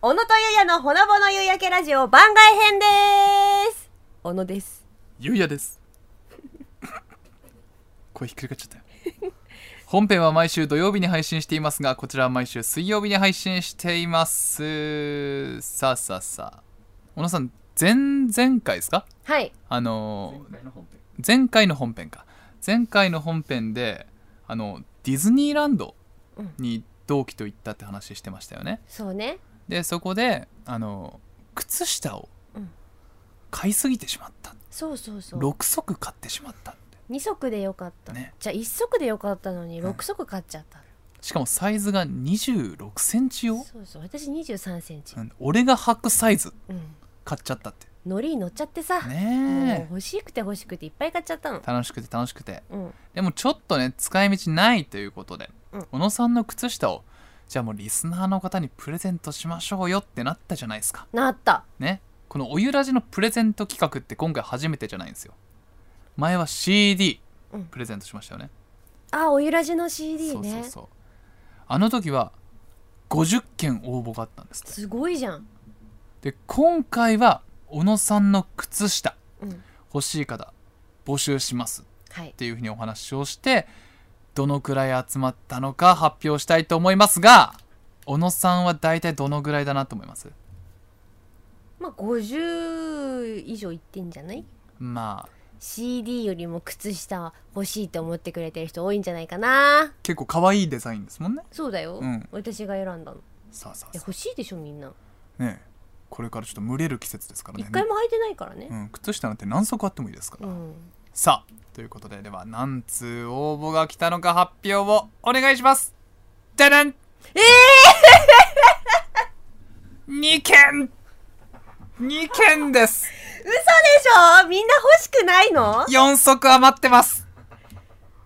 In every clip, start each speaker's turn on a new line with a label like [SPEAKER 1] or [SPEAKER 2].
[SPEAKER 1] 小野とゆうやのほのぼの夕焼けラジオ番外編です小野です
[SPEAKER 2] ゆうやです声ひっくり返っちゃったよ本編は毎週土曜日に配信していますがこちらは毎週水曜日に配信していますさあさあさあ小野さん前々回ですか
[SPEAKER 1] はい
[SPEAKER 2] あのー前回の本編か前回の本編であのディズニーランドに同期と行ったって話してましたよね
[SPEAKER 1] そうね
[SPEAKER 2] でそこであの靴下を
[SPEAKER 1] うん
[SPEAKER 2] 買いすぎてしまった
[SPEAKER 1] そうそうそう
[SPEAKER 2] 6足買ってしまったって
[SPEAKER 1] 二足でよかった、
[SPEAKER 2] ね
[SPEAKER 1] じゃあ一足でよかったのに
[SPEAKER 2] うん
[SPEAKER 1] 六足買っちゃった、
[SPEAKER 2] しかもサイズが2 6センチよ、
[SPEAKER 1] そうそう私二十三センチ
[SPEAKER 2] うん俺が履くサイズ
[SPEAKER 1] うん
[SPEAKER 2] 買っちゃったって
[SPEAKER 1] 乗りに乗っちゃってさ、もう
[SPEAKER 2] ねえ
[SPEAKER 1] 欲しくて欲しくていっぱい買っちゃったの
[SPEAKER 2] 楽しくて楽しくて
[SPEAKER 1] うん
[SPEAKER 2] でもちょっとね使い道ないということで、
[SPEAKER 1] うん
[SPEAKER 2] 小野さんの靴下をじゃあもうリスナーの方にプレゼントしましょうよってなったじゃないですか
[SPEAKER 1] なった
[SPEAKER 2] ねこのおゆらじのプレゼント企画って今回初めてじゃないんですよ前は CD
[SPEAKER 1] うん
[SPEAKER 2] プレゼントしましたよね、
[SPEAKER 1] あおゆらじの CD
[SPEAKER 2] そう
[SPEAKER 1] ね
[SPEAKER 2] そうそうあの時は50件応募があったんですって
[SPEAKER 1] すごいじゃん、
[SPEAKER 2] で今回は小野さんの靴下
[SPEAKER 1] うん、
[SPEAKER 2] 欲しい方募集します
[SPEAKER 1] はい
[SPEAKER 2] っていうふうにお話をしてどのくらい集まったのか発表したいと思いますが小野さんは大体どのぐらいだなと思います
[SPEAKER 1] まあ50以上いってんじゃない
[SPEAKER 2] まあ
[SPEAKER 1] CD よりも靴下欲しいと思ってくれてる人多いんじゃないかな
[SPEAKER 2] 結構可愛いデザインですもんね
[SPEAKER 1] そうだよ、
[SPEAKER 2] うん
[SPEAKER 1] 私が選んだのい
[SPEAKER 2] さあさあ
[SPEAKER 1] や
[SPEAKER 2] さ
[SPEAKER 1] 欲しいでしょみんな
[SPEAKER 2] あねえこれからちょっと蒸れる季節ですからね
[SPEAKER 1] 一回も履いてないからね
[SPEAKER 2] うん、靴下なんて何足あってもいいですか
[SPEAKER 1] う
[SPEAKER 2] ら、
[SPEAKER 1] ん、
[SPEAKER 2] さあということででは何通応募が来たのか発表をお願いしますじゃらん
[SPEAKER 1] え
[SPEAKER 2] 2件2件です
[SPEAKER 1] 嘘でしょみんな欲しくないの
[SPEAKER 2] 4足余ってます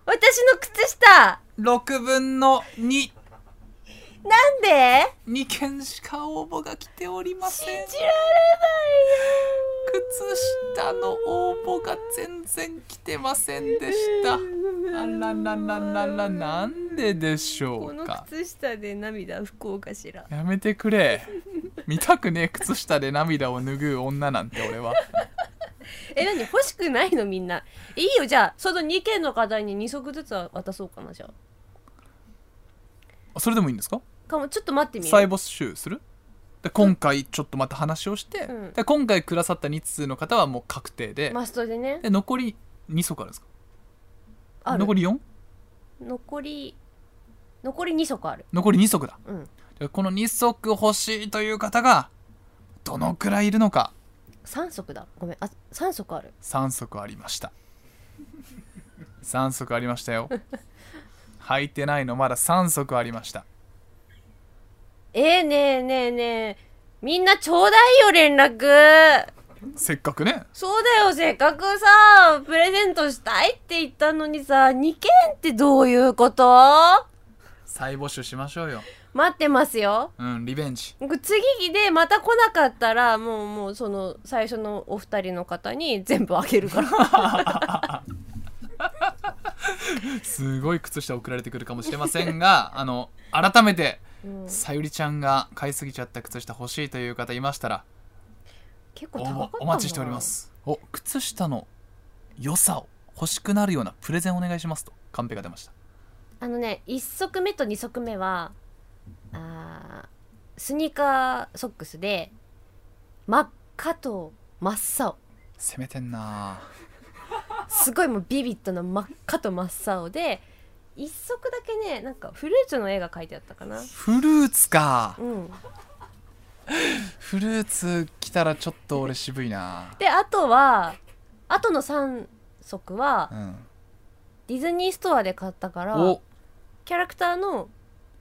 [SPEAKER 1] 私の靴下
[SPEAKER 2] 6分の22
[SPEAKER 1] なんで
[SPEAKER 2] 件しか応募が来ておりませ
[SPEAKER 1] 信
[SPEAKER 2] ん
[SPEAKER 1] じられない
[SPEAKER 2] 靴下の応募が全然来てませんでしたあらららららなんででしょ
[SPEAKER 1] こ
[SPEAKER 2] う
[SPEAKER 1] の
[SPEAKER 2] か
[SPEAKER 1] 靴下で涙拭こうかしら
[SPEAKER 2] やめてくれ見たくねえ靴下で涙を拭う女なんて俺は
[SPEAKER 1] え何欲しくないのみんないいよじゃあその2件の方に2足ずつは渡そうかなじゃあ
[SPEAKER 2] あそれでもいいんですか
[SPEAKER 1] かもちょっと待ってみる
[SPEAKER 2] 再募集するで今回ちょっとまた話をして、
[SPEAKER 1] うん
[SPEAKER 2] で今回くださった2通の方はもう確定で,、
[SPEAKER 1] マストでね
[SPEAKER 2] で残り2足あるんですか
[SPEAKER 1] ある
[SPEAKER 2] 残り 4?
[SPEAKER 1] 残り残り2足ある
[SPEAKER 2] 残り2足だ
[SPEAKER 1] うん
[SPEAKER 2] でこの2足欲しいという方がどのくらいいるのか
[SPEAKER 1] 3足だごめんあ3足ある
[SPEAKER 2] 3足ありました3足ありまし たよ履いてないのまだ3足ありました
[SPEAKER 1] えー、ねえねえねえみんなちょうだいよ連絡
[SPEAKER 2] せっかくね
[SPEAKER 1] そうだよせっかくさプレゼントしたいって言ったのにさ2件ってどういうこと
[SPEAKER 2] 再募集しましょうよ
[SPEAKER 1] 待ってますよ
[SPEAKER 2] うんリベンジ
[SPEAKER 1] 次でまた来なかったらもうもうその最初のお二人の方に全部あげるから
[SPEAKER 2] すごい靴下送られてくるかもしれませんが あの改めて
[SPEAKER 1] うん
[SPEAKER 2] さゆりちゃんが買いすぎちゃった靴下欲しいという方いましたら
[SPEAKER 1] 結構
[SPEAKER 2] 応
[SPEAKER 1] 高か
[SPEAKER 2] 募
[SPEAKER 1] ったな
[SPEAKER 2] お待ちしておりますお靴下の良さを欲しくなるようなプレゼンお願いしますとカンペが出ました
[SPEAKER 1] あのね1足目と2足目はあースニーカーソックスで真っ赤と真っ青
[SPEAKER 2] 攻めてんなあ
[SPEAKER 1] すごいもうビビッドな真っ赤と真っ青で1足だけねなんかフルーツの絵が描いてあったかな
[SPEAKER 2] フルーツか
[SPEAKER 1] うん
[SPEAKER 2] フルーツ来たらちょっと俺渋いな
[SPEAKER 1] であとはあとの3足は
[SPEAKER 2] うん
[SPEAKER 1] ディズニーストアで買ったから
[SPEAKER 2] お
[SPEAKER 1] キャラクターの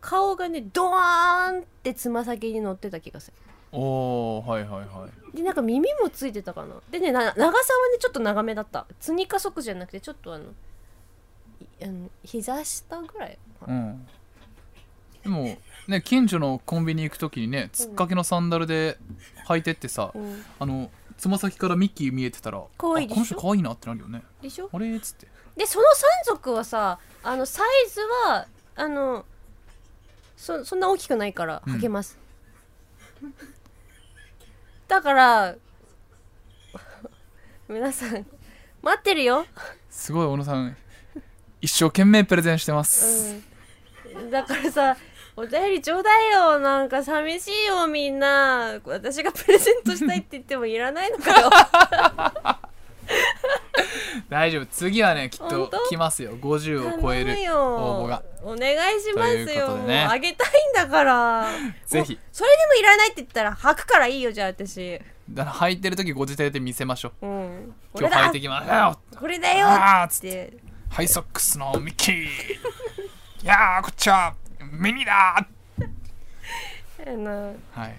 [SPEAKER 1] 顔がねドワーンってつま先に乗ってた気がす
[SPEAKER 2] おーはいはいはい
[SPEAKER 1] るでなんか耳もついてたかなでねな長さはねちょっと長めだったスニーカー足じゃなくてちょっとあのいあの膝下ぐらいかな
[SPEAKER 2] うんでもね近所のコンビニ行く時にねつっかけのサンダルで履いてってさ、
[SPEAKER 1] うん
[SPEAKER 2] あのつま先からミッキー見えてたら
[SPEAKER 1] 可愛いで
[SPEAKER 2] あ
[SPEAKER 1] し
[SPEAKER 2] こ
[SPEAKER 1] ょ
[SPEAKER 2] の人可愛いなってなるよね
[SPEAKER 1] でしょ
[SPEAKER 2] あれっつって
[SPEAKER 1] でその3足はさあのサイズはあのそそんな大きくないから
[SPEAKER 2] うん
[SPEAKER 1] 履けます、だから皆さん待ってるよ、
[SPEAKER 2] すごい小野さん一生懸命プレゼンしてます、
[SPEAKER 1] うん、だからさお便りちょうだいよなんか寂しいよみんな私がプレゼントしたいって言ってもいらないのかよ
[SPEAKER 2] 大丈夫次はねきっ
[SPEAKER 1] 本
[SPEAKER 2] と
[SPEAKER 1] 当
[SPEAKER 2] 来ますよ50を超え
[SPEAKER 1] 頼
[SPEAKER 2] る
[SPEAKER 1] む
[SPEAKER 2] 応
[SPEAKER 1] よ
[SPEAKER 2] 募が
[SPEAKER 1] お願いします
[SPEAKER 2] というこ
[SPEAKER 1] よ
[SPEAKER 2] とでね
[SPEAKER 1] もうあげたいんだから
[SPEAKER 2] ぜひ
[SPEAKER 1] もうそれでもいらないって言ったら履くからいいよじゃあ私
[SPEAKER 2] だから履いてる時ご自邸で見せましょう
[SPEAKER 1] うんこ
[SPEAKER 2] 今
[SPEAKER 1] れ
[SPEAKER 2] 日履い
[SPEAKER 1] だ
[SPEAKER 2] てきますよ
[SPEAKER 1] これだよ
[SPEAKER 2] あーっつ
[SPEAKER 1] っ
[SPEAKER 2] って
[SPEAKER 1] て
[SPEAKER 2] ハイソックスのミッキーいやーこっちはミニだ
[SPEAKER 1] あの
[SPEAKER 2] ーはい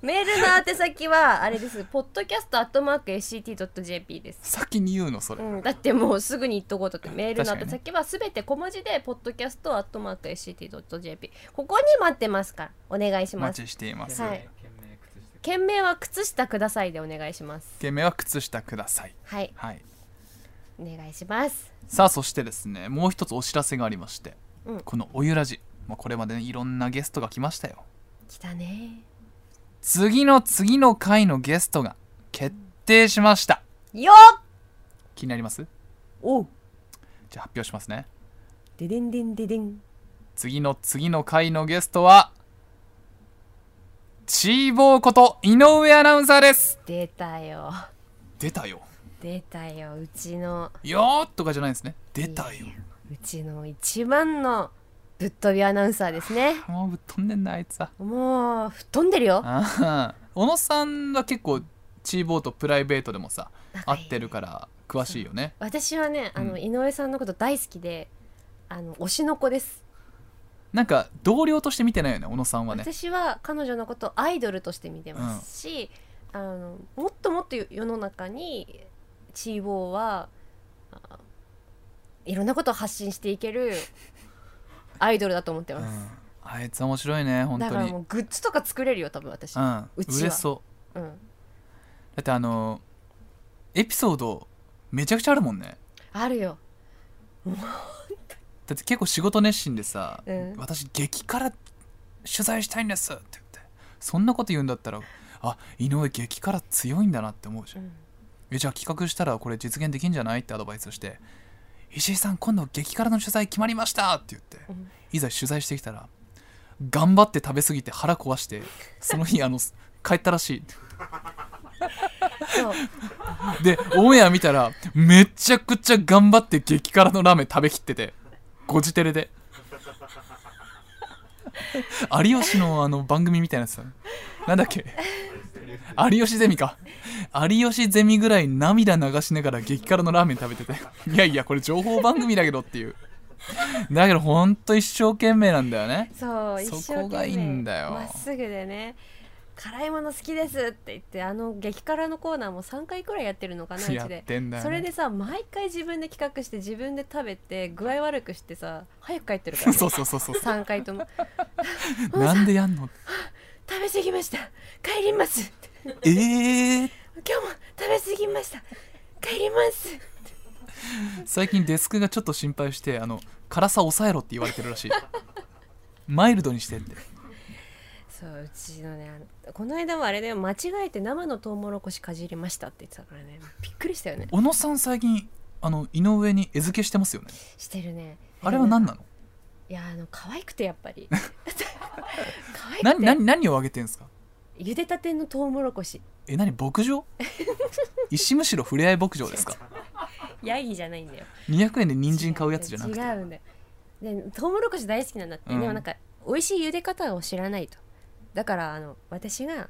[SPEAKER 1] メールの宛先はあれです podcast.sct.jp です
[SPEAKER 2] 先に言うのそれ、
[SPEAKER 1] うん、だってもうすぐに言っとこうとってメールの
[SPEAKER 2] 確か
[SPEAKER 1] 宛
[SPEAKER 2] にね
[SPEAKER 1] 先はすべて小文字で podcast.sct.jp ここに待ってますからお願いし
[SPEAKER 2] お
[SPEAKER 1] ます
[SPEAKER 2] 待ちしています、
[SPEAKER 1] はい件名は靴下くださいでお願いします
[SPEAKER 2] ゲームは靴下ください
[SPEAKER 1] はい
[SPEAKER 2] はい
[SPEAKER 1] お願いします
[SPEAKER 2] さあそしてですねもう一つお知らせがありまして、
[SPEAKER 1] うん
[SPEAKER 2] この「おゆらじ」まあこれまでねいろんなゲストが来ましたよ
[SPEAKER 1] 来たね
[SPEAKER 2] 次の次の回のゲストが決定しました
[SPEAKER 1] よっ
[SPEAKER 2] 気になります
[SPEAKER 1] おう
[SPEAKER 2] じゃあ発表しますね
[SPEAKER 1] ででんでんででん
[SPEAKER 2] 次の次の回のゲストはチーボーこと井上アナウンサーです
[SPEAKER 1] 出たよ
[SPEAKER 2] 出たよ
[SPEAKER 1] 出たようちの
[SPEAKER 2] よーっとかじゃないんですね出たよ
[SPEAKER 1] うちの一番のぶっ飛びアナウンサーですね
[SPEAKER 2] もうぶっ飛んでんなあいつは
[SPEAKER 1] もう吹っ飛んでるよ
[SPEAKER 2] あー小野さんは結構チーボーとプライベートでもさ
[SPEAKER 1] 仲いい
[SPEAKER 2] 会ってるから詳しいよね
[SPEAKER 1] 私はねあの、
[SPEAKER 2] うん
[SPEAKER 1] 井上さんのこと大好きであの推しの子です、
[SPEAKER 2] なんか同僚として見てないよね小野さんはね
[SPEAKER 1] 私は彼女のことをアイドルとして見てますし、あのもっともっと世の中にチーボーはあいろんなことを発信していけるアイドルだと思って
[SPEAKER 2] う
[SPEAKER 1] ます、
[SPEAKER 2] んあいつ面白いね本
[SPEAKER 1] だ
[SPEAKER 2] 当
[SPEAKER 1] から
[SPEAKER 2] に
[SPEAKER 1] もうグッズとか作れるよ多分私、
[SPEAKER 2] うん
[SPEAKER 1] うちは
[SPEAKER 2] 売れそう
[SPEAKER 1] うん、
[SPEAKER 2] だってあのエピソードめちゃくちゃあるもんね
[SPEAKER 1] あるよ
[SPEAKER 2] だって結構仕事熱心でさ、
[SPEAKER 1] うん
[SPEAKER 2] 私激辛取材したいんですって言ってそんなこと言うんだったらあ井上激辛強いんだなって思うじゃん、
[SPEAKER 1] うん
[SPEAKER 2] えじゃあ企画したらこれ実現できんじゃないってアドバイスして石井さん今度激辛の取材決まりましたって言って、
[SPEAKER 1] ん
[SPEAKER 2] いざ取材してきたら頑張って食べ過ぎて腹壊してその日あの帰ったらしい
[SPEAKER 1] そう
[SPEAKER 2] でオンエア見たらめちゃくちゃ頑張って激辛のラーメン食べきっててごじテ レで有吉のあの番組みたいなやつだねなんだっけ有吉ゼミか有吉ゼミぐらい涙流しながら激辛のラーメン食べてていやいやこれ情報番組だけどっていうだけどほんと一生懸命なんだよね
[SPEAKER 1] そう一
[SPEAKER 2] そ
[SPEAKER 1] 生懸
[SPEAKER 2] こ
[SPEAKER 1] 命
[SPEAKER 2] がいいんだよ
[SPEAKER 1] まっすぐでね辛いもの好きですって言ってあの激辛のコーナーも3回くらいやってるのかなうち
[SPEAKER 2] やっ
[SPEAKER 1] で、
[SPEAKER 2] てんだよ、ね、
[SPEAKER 1] それでさ毎回自分で企画して自分で食べて具合悪くしてさ早く帰ってるから、ね、
[SPEAKER 2] そうそうそうそう
[SPEAKER 1] 3回とも
[SPEAKER 2] なんでやんの
[SPEAKER 1] 食べ過ぎました帰ります
[SPEAKER 2] ええー、
[SPEAKER 1] 今日も食べ過ぎました帰ります
[SPEAKER 2] 最近デスクがちょっと心配してあの辛さ抑えろって言われてるらしいマイルドにしてって
[SPEAKER 1] そううちのねあのこの間もあれだよ間違えて生のトウモロコシかじりましたって言ってたからねびっくりしたよね
[SPEAKER 2] 小野さん最近あの井上に餌付けしてますよね
[SPEAKER 1] してるね
[SPEAKER 2] あれは何なの
[SPEAKER 1] いやあの可愛くてやっぱ り可愛
[SPEAKER 2] 何
[SPEAKER 1] くて
[SPEAKER 2] 何何をあげてんですか
[SPEAKER 1] 茹でたてのトウモロコシ
[SPEAKER 2] え何牧場石むしろふれあい牧場ですか
[SPEAKER 1] ヤギじゃないんだよ
[SPEAKER 2] 200円で人参買うやつじゃなくて
[SPEAKER 1] 違うんだよでトウモロコシ大好きなんだって、
[SPEAKER 2] うん
[SPEAKER 1] でもなんか美味しい茹で方を知らないとだからあの私が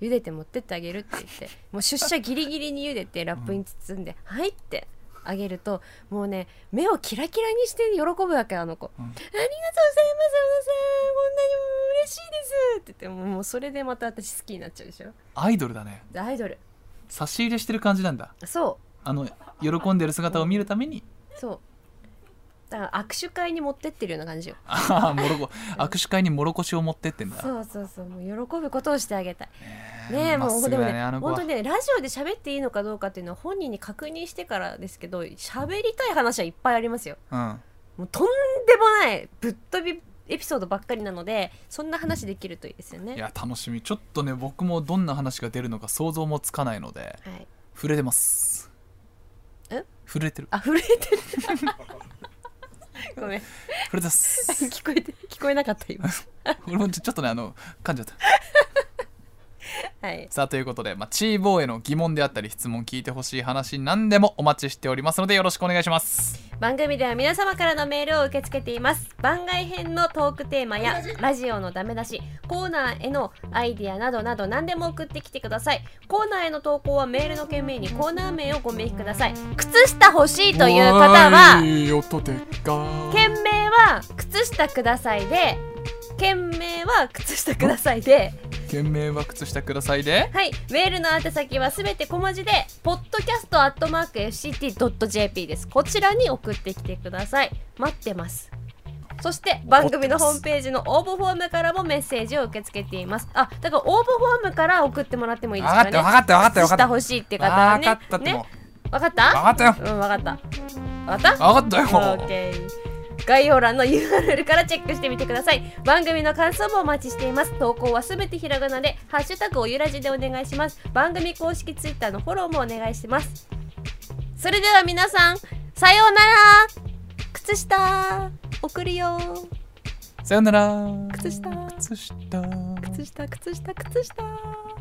[SPEAKER 1] 茹でて持ってってあげるって言ってもう出社ギリギリに茹でてラップに包んで「はい」ってあげるともうね目をキラキラにして喜ぶわけあの子、
[SPEAKER 2] うん
[SPEAKER 1] ありがとうございます小野さんこんなにも嬉しいですって言ってもうもうそれでまた私好きになっちゃうでしょ
[SPEAKER 2] アイドルだね
[SPEAKER 1] でアイドル
[SPEAKER 2] 差し入れしてる感じなんだ
[SPEAKER 1] そう
[SPEAKER 2] あの喜んでる姿を見るために
[SPEAKER 1] そうだから握手会に持ってってるような感じよ
[SPEAKER 2] ああもろこ握手会にもろこしを持ってってんだ
[SPEAKER 1] そうそうそうもう喜ぶことをしてあげたい
[SPEAKER 2] ね
[SPEAKER 1] ねえ
[SPEAKER 2] まっ
[SPEAKER 1] もう
[SPEAKER 2] す
[SPEAKER 1] で
[SPEAKER 2] ぐ
[SPEAKER 1] も
[SPEAKER 2] だ
[SPEAKER 1] ね
[SPEAKER 2] ねあの子
[SPEAKER 1] 本当
[SPEAKER 2] は
[SPEAKER 1] にねラジオで喋っていいのかどうかっていうのは本人に確認してからですけど喋りたい話はいっぱいありますよ
[SPEAKER 2] うん
[SPEAKER 1] もうとんでもないぶっ飛びエピソードばっかりなのでそんな話できるといいですよ
[SPEAKER 2] い
[SPEAKER 1] ね。
[SPEAKER 2] や楽しみちょっとね僕もどんな話が出るのか想像もつかないので
[SPEAKER 1] はい、
[SPEAKER 2] 震えてます
[SPEAKER 1] え
[SPEAKER 2] 震えてる
[SPEAKER 1] あ震えてるごめん
[SPEAKER 2] 震えてます
[SPEAKER 1] 聞こえて聞こえなかった 今。
[SPEAKER 2] 俺もちょっとねあの噛んじゃった
[SPEAKER 1] はい、
[SPEAKER 2] さあということで、まあ、チーボーへの疑問であったり質問聞いてほしい話何でもお待ちしておりますのでよろしくお願いします
[SPEAKER 1] 番組では皆様からのメールを受け付けています番外編のトークテーマやラジオのダメ出しコーナーへのアイディアなどなど何でも送ってきてくださいコーナーへの投稿はメールの件名にコーナー名をご明記ください靴下欲しいという方は件名は靴下くださいで件名は靴下くださいで
[SPEAKER 2] 件名は靴下くださいで
[SPEAKER 1] はいメールの宛先はすべて小文字で podcast.fct.jp ですこちらに送ってきてください待ってますそして番組のホームページの応募フォームからもメッセージを受け付けていますあだから応募フォームから送ってもらってもいいですかね
[SPEAKER 2] 分かったよ分かったよ
[SPEAKER 1] し
[SPEAKER 2] 分かった
[SPEAKER 1] た
[SPEAKER 2] よ
[SPEAKER 1] 欲しいって
[SPEAKER 2] 分
[SPEAKER 1] 方はね
[SPEAKER 2] かったっても
[SPEAKER 1] ねわかった
[SPEAKER 2] 分かったよ
[SPEAKER 1] うんわかったわかった
[SPEAKER 2] 分かったよ
[SPEAKER 1] OK 概要欄の URL からチェックしてみてください番組の感想もお待ちしています投稿はすべてひらがなでハッシュタグおゆらじでお願いします番組公式ツイッターのフォローもお願いしますそれでは皆さんさようなら靴下送るよ
[SPEAKER 2] さよなら
[SPEAKER 1] 靴下
[SPEAKER 2] 靴下
[SPEAKER 1] 靴下靴下靴下